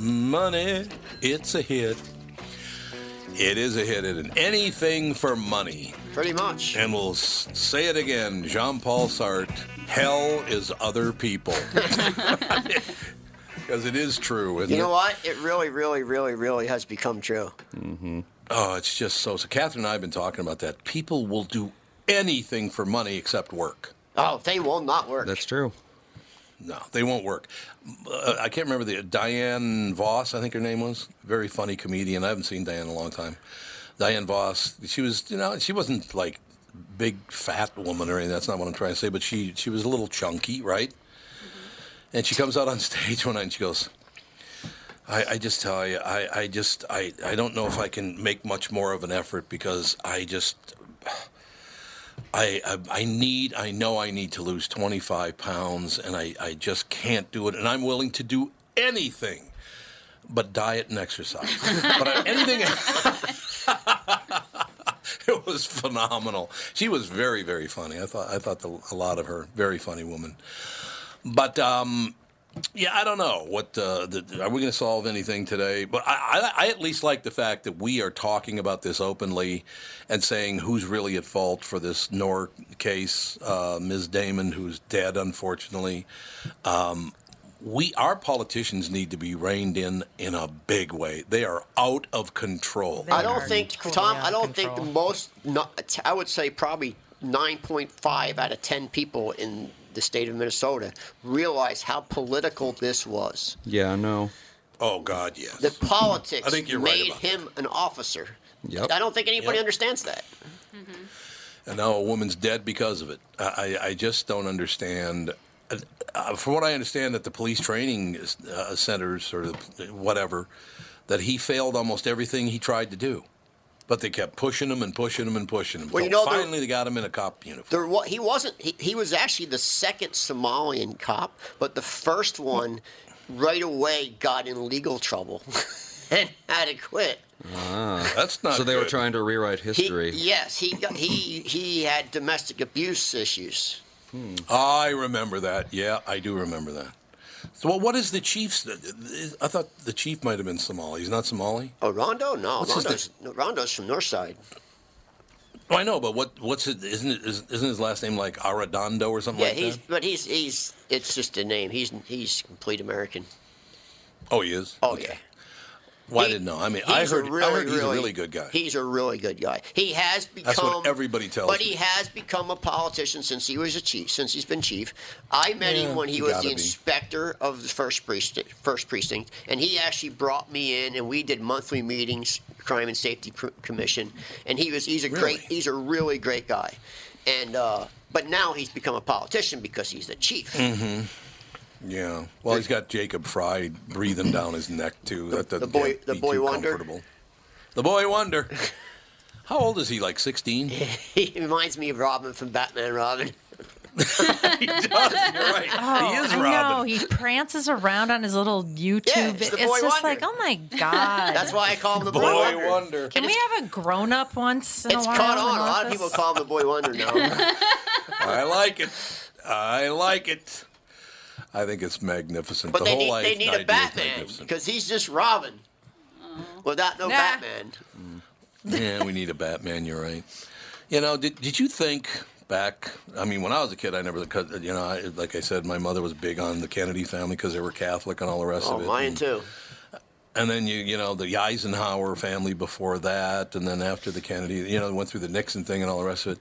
money, it's a hit. It is a hit, isn't it? Anything for money.
Pretty much.
And we'll s- say it again Jean Paul Sartre hell is other people. Because it is true, isn't
You
it?
know what? It really, really, really, really has become true.
Mm-hmm. Oh, it's just so. So Catherine and I have been talking about that. People will do anything for money except work.
Oh, they will not work.
That's true. No, they won't work. Uh, I can't remember the Diane Voss. I think her name was very funny comedian. I haven't seen Diane in a long time. Diane Voss. She was, you know, she wasn't like big fat woman or anything. That's not what I'm trying to say. But she she was a little chunky, right? And she comes out on stage one night and she goes, I, I just tell you, I, I just, I, I don't know if I can make much more of an effort because I just, I, I, I need, I know I need to lose 25 pounds and I, I just can't do it. And I'm willing to do anything but diet and exercise. but I, anything it was phenomenal. She was very, very funny. I thought, I thought the, a lot of her. Very funny woman. But um, yeah, I don't know what uh, the, are we going to solve anything today? But I, I, I at least like the fact that we are talking about this openly and saying who's really at fault for this Nor case, uh, Ms. Damon, who's dead unfortunately. Um, we our politicians need to be reined in in a big way. They are out of control.
I don't think Tom. I don't think the most. no- I would say probably nine point five out of ten people in the state of Minnesota realize how political this was.
Yeah, no.
Oh God, yes.
The politics
I think you're right
made
about
him an officer.
Yep.
I don't think anybody
Yep.
understands that.
and now a woman's dead because of it. I, I I just don't understand. Uh, Uh, from what I understand, that the police training uh, centers or the, whatever, that he failed almost everything he tried to do, but they kept pushing him and pushing him and pushing him.
Well, you
Till
know, there-
finally they got him in a cop uniform.
There, wa- he wasn't. He, he was actually the second Somalian cop, but the first one right away got in legal trouble and had to quit.
Ah.
That's not
So they were
good.
trying to rewrite history.
Yes, he got, he he had domestic abuse issues.
I remember that. Yeah, I do remember that. So, well, what is the Chiefs? uh, I thought the Chief might have been Somali. He's not Somali.
Oh, Rondo? No,
What's his
Rondo's, no, Rondo's from Northside.
Oh, I know, but what? What's it? Isn't it? Isn't his last name like Arredondo or something
Yeah,
like
he's
that?
but he's he's it's just a name. He's he's complete American.
Oh, he is.
Oh yeah.
Well, I didn't know. I mean, I
He's a
heard. I
really,
heard he's a
really-
really good guy.
He's a really good guy. He has become.
That's what everybody tells
But
me.
he has become a politician since he was a chief. Since he's been chief, I met
Yeah,
him when he
you
was
gotta
the
be.
inspector of the first precinct, first precinct, and he actually brought me in, and we did monthly meetings, crime and safety Cr- commission, and he was he's a great he's a really great guy, and uh, but now he's become a politician because he's the chief.
Mm-hmm. Yeah. Well, he's got Jacob Fry breathing down his neck too. That doesn't the boy,
the
be
boy
too
wonder?
comfortable. The boy wonder. How old is he? Like sixteen?
He reminds me of Robin from Batman and Robin.
right.
Oh,
He is
I know.
Robin.
He prances around on his little YouTube.
it's
it's
the boy
just
wonder.
like, oh my god.
That's why I call him the boy,
Boy
wonder.
wonder.
Can we have a grown up once in a
It's
while?
caught
in
on. A lot of
office?
people call him the boy wonder now.
I like it. I like it. I think it's magnificent.
But
the
they
whole
need,
life
they need
idea
a
is
Batman
magnificent.
because he's just Robin Oh. without no
Nah.
Batman.
yeah, we need a Batman. You're right. You know, did did you think back? I mean, when I was a kid, I never, 'cause, you know, I, like I said, my mother was big on the Kennedy family because they were Catholic and all the rest
Oh,
of it.
mine
and,
too.
and then you, you know, the Eisenhower family before that, and then after the Kennedy, you know, went through the Nixon thing and all the rest of it.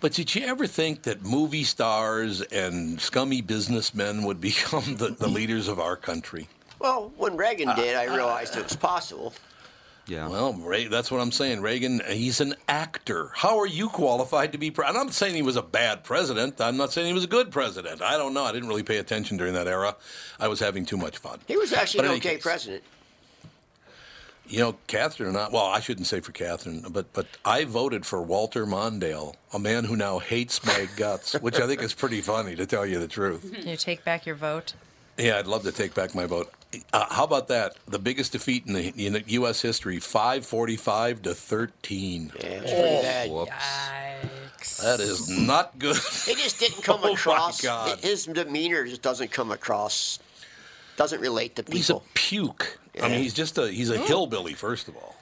But did you ever think that movie stars and scummy businessmen would become the, the leaders of our country?
Well, when Reagan
Uh,
did, I realized it was possible.
Yeah. Well, Ray, that's what I'm saying. Reagan, he's an actor. How are you qualified to be? Pre- and I'm not saying he was a bad president. I'm not saying he was a good president. I don't know. I didn't really pay attention during that era. I was having too much fun.
He was
But
actually
in
an
any
okay
case-
president.
You know, Catherine and I. Well, I shouldn't say for Catherine, but but I voted for Walter Mondale, a man who now hates my guts, which I think is pretty funny to tell you the truth.
Mm-hmm.
Can you take back your vote?
Yeah, I'd love to take back my vote. Uh, how about that? The biggest defeat in the in the U.S. history: five forty-five to thirteen. Yeah,
it's pretty bad.
That is not good.
It just didn't come
Oh, my
across.
God.
His demeanor just doesn't come across. Doesn't relate to people. He's a
puke. I mean, he's just a he's
Mm.
a hillbilly. First of all,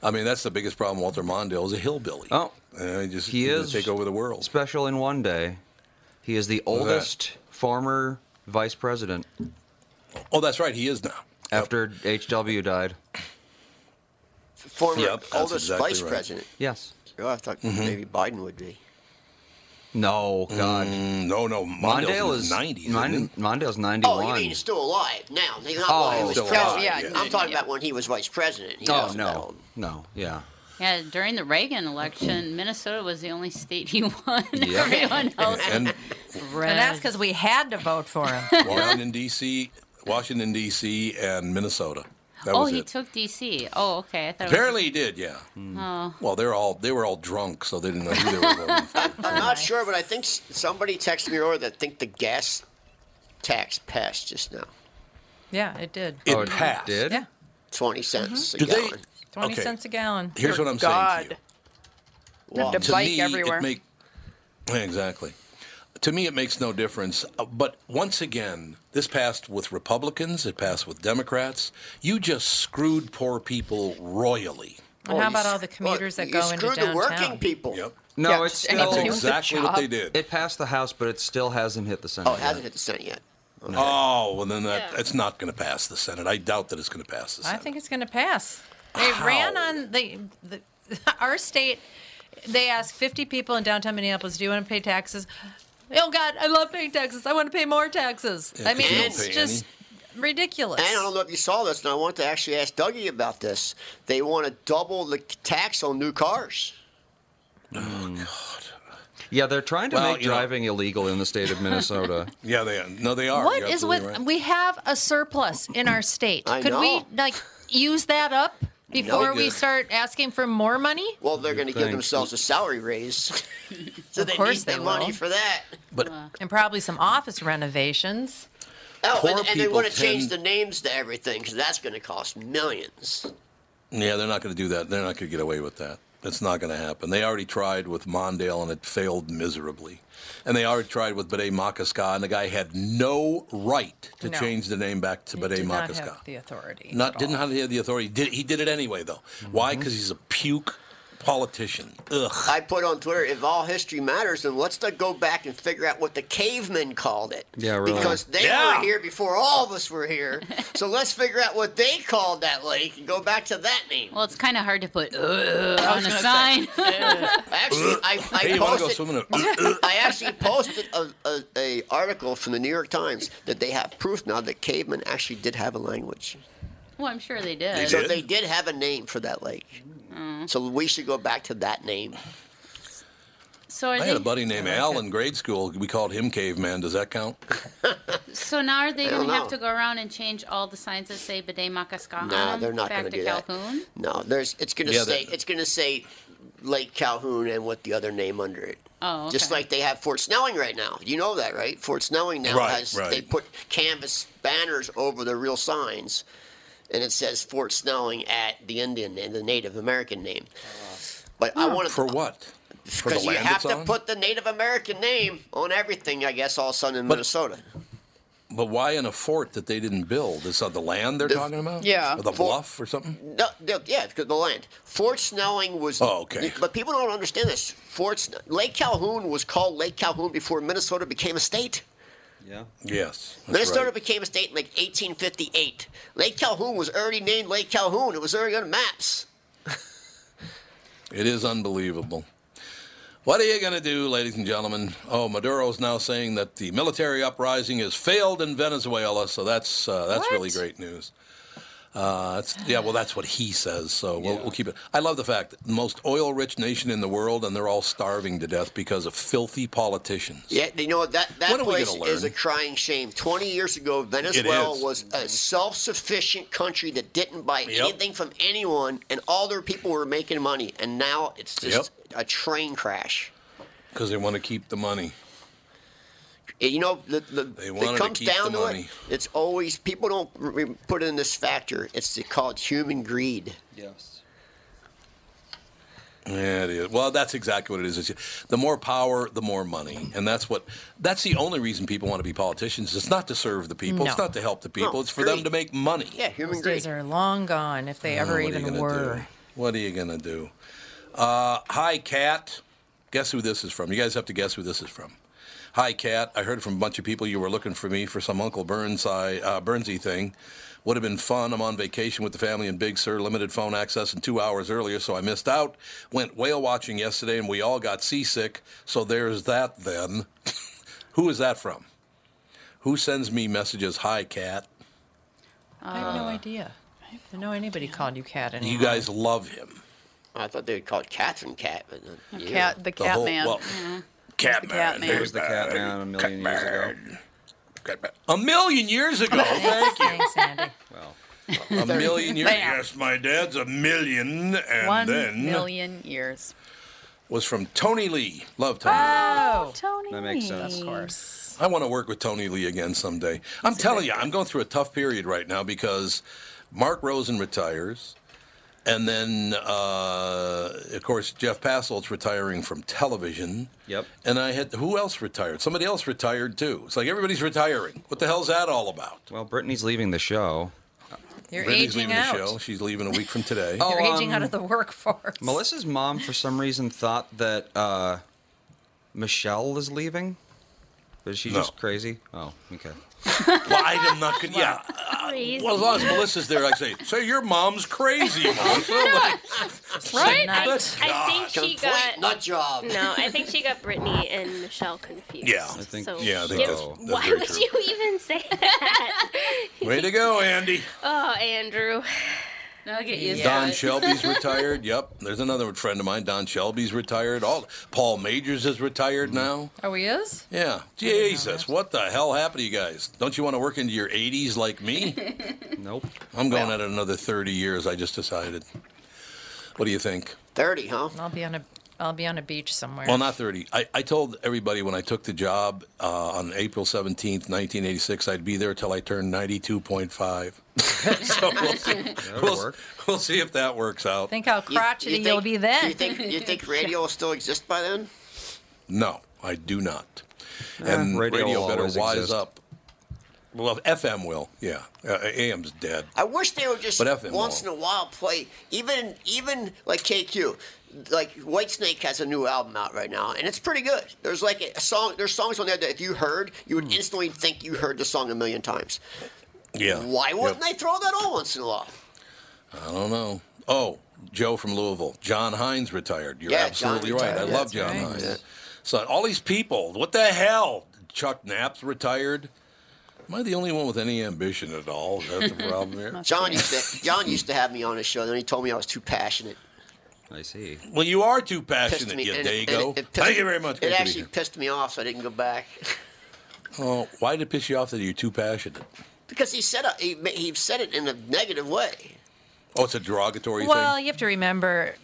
I mean that's the biggest problem. Walter Mondale is a hillbilly.
Oh,
he just
he
gonna
is
take over the world.
Special in one day. He is the
Who's that?
oldest former vice president.
Oh, that's right. He is now.
After H.W. died.
Former
Yep, that's
oldest
exactly
vice
right.
president.
Yes.
Oh, I thought
Mm-hmm.
Mhm.
maybe Biden would be.
No, God.
no, no.
Mm.
Mondale's in his
is
90s, isn't
Mond- Mondale's 91.
Oh, you mean he's still alive now? He's not
Oh,
while he was
still
president.
alive, yeah.
I'm talking about when he was vice president. He
oh,
wasn't that
no.
old.
No, yeah.
Yeah, during the Reagan election, Minnesota was the only state he won.
Yeah.
Everyone else.
And
And that's because we had to vote for him.
Washington D.C., Washington D.C. and Minnesota. That
oh,
was
he
it.
took DC. Oh, okay. I thought
Apparently he did. Yeah.
It was,
Hmm.
oh.
Well, they're all they were all drunk, so they didn't know who they were voting
Oh,
for.
I'm not sure, but I think s- somebody texted me earlier that I think the gas tax passed just now.
Yeah, it did.
Oh,
It passed. Did?
Yeah.
Twenty
Mm-hmm.
cents
Do
a
they-
gallon.
20
Okay.
cents a gallon.
Here's what I'm saying to you.
We have to bike
me,
everywhere.
It make, exactly. To me, it makes no difference. Uh, But once again, this passed with Republicans. It passed with Democrats. You just screwed poor people royally.
And how about all the commuters that
you
go into
screwed the
downtown?
working people.
Yep.
No,
Yeah,
it's
just anyone
still
who owns a Exactly what job. they did.
It passed the House, but it still hasn't hit the Senate. Oh, it
hasn't hit the Senate yet.
Oh, well, then that, it's not going to pass the Senate. I doubt that it's going to pass the
I
Senate.
think it's going to pass. They ran on the, the our state. They asked 50 people in downtown Minneapolis, "Do you want to pay taxes?" Oh God, I love paying taxes. I want to pay more taxes.
Yeah,
I mean,
'cause you don't
it's
pay
just ridiculous.
And I don't know if you saw this, and I want to actually ask Dougie about this. They want to double the tax on new cars.
Yeah, they're trying to
Well,
make
you know-
driving illegal in the state of Minnesota.
yeah, they are. No, they
What is with we have a surplus in our state?
I
Could we
know.
like use that up before we
good.
start asking for more money?
Well, they're going to give
think.
themselves a salary raise, so
of
they
course
need
they
the money
will.
for that.
But
and probably some office renovations.
Oh,
Poor
and, and they
people
want to change
tend-
the names to everything because that's going to cost millions.
Yeah, they're not going to do that. They're not going to get away with that. It's not going to happen. They already tried with Mondale and it failed miserably. And they already tried with Bidet Makaska, and the guy had no right to
No.
change the name back to Bidet
did not
Makaska.
have the authority.
Not didn't have the- the authority. Did he did it anyway though?
Mm-hmm.
Why? Because he's a puke politician. Ugh.
I put on Twitter, if all history matters, then let's not go back and figure out what the cavemen called it.
Yeah, really.
Because they
Yeah.
were here before all of us were here. so let's figure out what they called that lake and go back to that name.
Well, it's kind of hard to put
I
uh,
was
on a
gonna
sign.
Actually, I, I
Hey, you wanna go
posted,
swimming
I actually posted a, a, a article from the New York Times that they have proof now that cavemen actually did have a language.
well, I'm sure they did.
so they did have a name for that lake.
Hmm.
So we should go back to that name.
So are
I had
they,
a buddy named Al in grade school. We called him Caveman. Does that count?
So now are they
I
going
don't
to have
know.
to go around and change all the signs that say Bidet Makaska
Nah,
on them
they're not
back
gonna
to
do that.
Calhoun?
No, there's. It's gonna
Yeah,
say.
that-
It's gonna say Lake Calhoun and what the other name under it.
Oh,
Just
okay.
like they have Fort Snelling right now. You know that, right? Fort Snelling now
Right,
has
right.
they put canvas banners over the real signs, and it says Fort Snelling at the Indian and the Native American name. But I wanted
Ah, for what? For the
because you
land
have
it's
to
on?
put the Native American name on everything, I guess. All of a sudden in Minnesota.
But why in a fort that they didn't build? Is that the land they're talking about?
yeah.
Or the
Fort-
bluff or something?
No, no, yeah, because the land. Fort Snelling was.
Oh, okay.
But people don't understand this. Fort Sn- Lake Calhoun was called Lake Calhoun before Minnesota became a state.
Yeah.
Yes. that's
Minnesota
right.
became a state in like 1858. Lake Calhoun was already named Lake Calhoun. It was already on maps.
It is unbelievable. What are you going to do, ladies and gentlemen? Oh, Maduro's now saying that the military uprising has failed in Venezuela, so that's uh, that's really great news. Uh, it's, yeah, well, that's what he says, so we'll, we'll keep it. I love the fact that the most oil rich nation in the world, and they're all starving to death because of filthy politicians.
Yeah, you know that that
When are we
place
gonna
is a
learn?
crying shame. Twenty years ago, Venezuela
is.
was a self-sufficient country that didn't buy
Yep.
anything from anyone, and all their people were making money. And now it's just a train crash.
Because they want to keep the money.
Yeah, You know, the, the,
wanted
it
to
comes
keep
down
the
to
money.
it. It's always people don't re- put in this factor. It's the- called human greed.
Yes.
Yeah, it is. Well, that's exactly what it is. It's- the more power, the more money, and that's what. That's the only reason people want to be politicians. It's not to serve the people. It's
No.
not to help the people.
No,
it's for them
greed.
to make money.
Yeah,
Those days are long gone if they
Oh,
ever
what are you
even
gonna
were.
do? What are you gonna do? Uh, hi, Cat. Guess who this is from? You guys have to guess who this is from. Hi, Cat. I heard from a bunch of people you were looking for me for some Uncle Burns I, uh, Burnsy thing. Would have been fun. I'm on vacation with the family in Big Sur, limited phone access, and two hours earlier, so I missed out. Went whale watching yesterday, and we all got seasick. So there's that. Then, who is that from? Who sends me messages? Hi, Cat.
I have no idea. I don't know anybody called you cat anymore.
You guys love him.
I thought they would call it Catherine Cat, but
you. Cat- the Cat Man.
Well, Catman.
Catman. It was
the Catman a million years ago.
A million years ago. Thank you.
Thanks, Andy.
A million years.
There.
Yes, my dad's a million, and
One
then
million years.
was from Tony Lee. Love Tony.
Ah,
Oh, Tony.
That makes sense.
Of course.
I want to work with Tony Lee again someday. I'm telling you, I'm going through a tough period right now because Mark Rosen retires, and then uh, of course Jeff Passelt's retiring from television. Yep. And I had who else retired? Somebody else retired too. It's like everybody's retiring. What the hell's that all about?
Well, Brittany's leaving the show.
You're
Brittany's
aging
leaving
out.
the show. She's leaving a week from today.
You're aging out of the workforce.
Melissa's mom, for some reason, thought that uh, Michelle is leaving. Is she
No.
just crazy? Oh, okay.
Well, I'm not gonna. Yeah. uh, well, as long as Melissa's there, I say, so your mom's crazy, Melissa. Like,
Right?
not-
I, I think she
Complete
got
nut job.
No, Oh, I think she got Brittany and Michelle confused.
Yeah. I think-
so
yeah, I think
it-
that's- that's
why
very
would
true.
you even say that?
way to go, Andy.
oh, Andrew.
No, get
used
Don Shelby's retired. Yep. There's another friend of mine. Don Shelby's retired. All Paul Majors is retired now.
Oh, he is?
Yeah. Jesus, what the hell happened to you guys? Don't you want to work into your 80s like me?
nope.
I'm going at it another 30 years. I just decided. What do you think?
30, huh?
I'll be on a I'll be on a beach somewhere.
Well, not 30. I, I told everybody when I took the job uh, on April 17th, 1986, I'd be there till I turned 92.5. so we'll see, we'll, we'll see if that works out.
Think how crotchety you, will be then.
You think you think radio will still exist by then?
No, I do not.
Eh,
And
radio
radio,
will
better
always
wise
exist.
up. Well, FM will, yeah. Uh, AM's dead.
I wish they would just
But FM
once in a while play even even like KQ. Like Whitesnake has a new album out right now, and it's pretty good. There's like a song. There's songs on there that if you heard, you
Hmm.
would instantly think you heard the song a million times.
Yeah.
Why wouldn't
Yep.
they throw that on once in a while?
I don't know. Oh, Joe from Louisville. John Hines retired. You're
Yeah, John
absolutely right.
retired.
I
Yeah,
love
that's
John
right.
Hines.
Yeah.
So all these people, what the hell? Chuck Knapp's retired. Am I the only one with any ambition at all? Is that the problem here?
John used to John used to have me on his show, then he told me I was too passionate.
I see. Well, you are too passionate, you
and it-
dago.
and it- it pissed-
Thank you very much. Good
It
to be
actually
here.
pissed me off, so I didn't go back
Oh, why did it piss you off that you're too passionate?
because he said a- he, ma- he said it in a negative way.
Oh, it's a derogatory
Well,
thing.
you have to remember,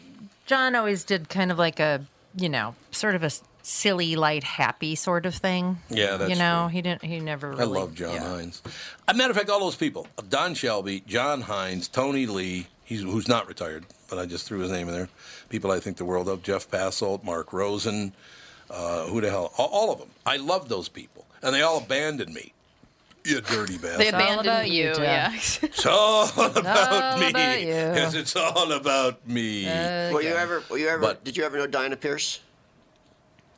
John always did kind of like a, you know, sort of a s- silly, light, happy sort of thing.
Yeah, that's
You know, he didn't. He never really.
I love John Hines. As a matter of fact, all those people: Don Shelby, John Hines, Tony Lee, he's, who's not retired, but I just threw his name in there. People I think the world of: Jeff Passolt, Mark Rosen, uh, who the hell? All, all of them. I love those people, and they all abandoned me. You dirty bastard.
They abandoned you, yeah.
It's all about me.
about you.
Yes, it's all about
Uh,
me.
Were you ever? Were you ever?
But-
did you ever know Diana Pierce?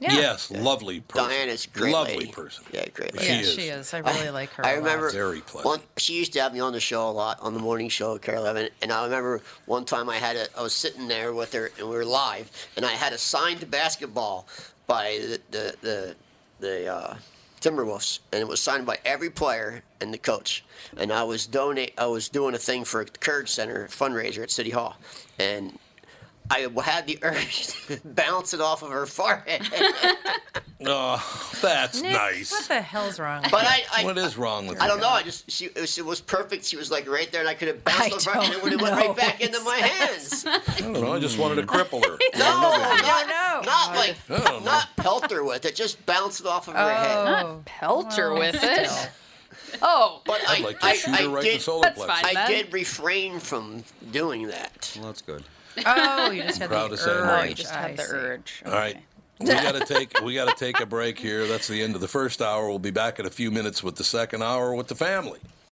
Yes, lovely person.
Diana's a great.
Lovely
lady.
person.
Yeah, great.
She
yeah,
is.
she is. I really like her.
I
a lot.
remember
Very pleasant.
One, she used to have me on the show a lot on the morning show, Carol Evan, and I remember one time I had a, I was sitting there with her and we were live, and I had a signed basketball by the the the, the uh, Timberwolves, and it was signed by every player and the coach, and I was donate I was doing a thing for the Courage Center fundraiser at City Hall, and. I had the urge to bounce it off of her forehead.
Oh, that's
Nick, What
nice.
the hell's wrong? with
But
you?
I, I
what is wrong with
I
you?
don't know. I just she it was, it was perfect. She was like right there, and I could have bounced over, and it would have went
know
right back into my hands.
I don't know. I just wanted to cripple her.
Hmm. No, not, not like
Oh,
not pelt her with it. Just bounce it off of her head.
Oh.
Not pelter
Well,
with
still.
it. Oh,
But I,
I'd like to
I,
shoot
I
her right in the
did,
solar That's plexus. fine,
I
Ben.
did refrain from doing that.
Well, that's good.
Oh, you just had
Proud
the
of saying
urge.
Oh, you just
had the
urge.
All right. We gotta take we gotta take a break here. That's the end of the first hour. We'll be back in a few minutes with the second hour with the family.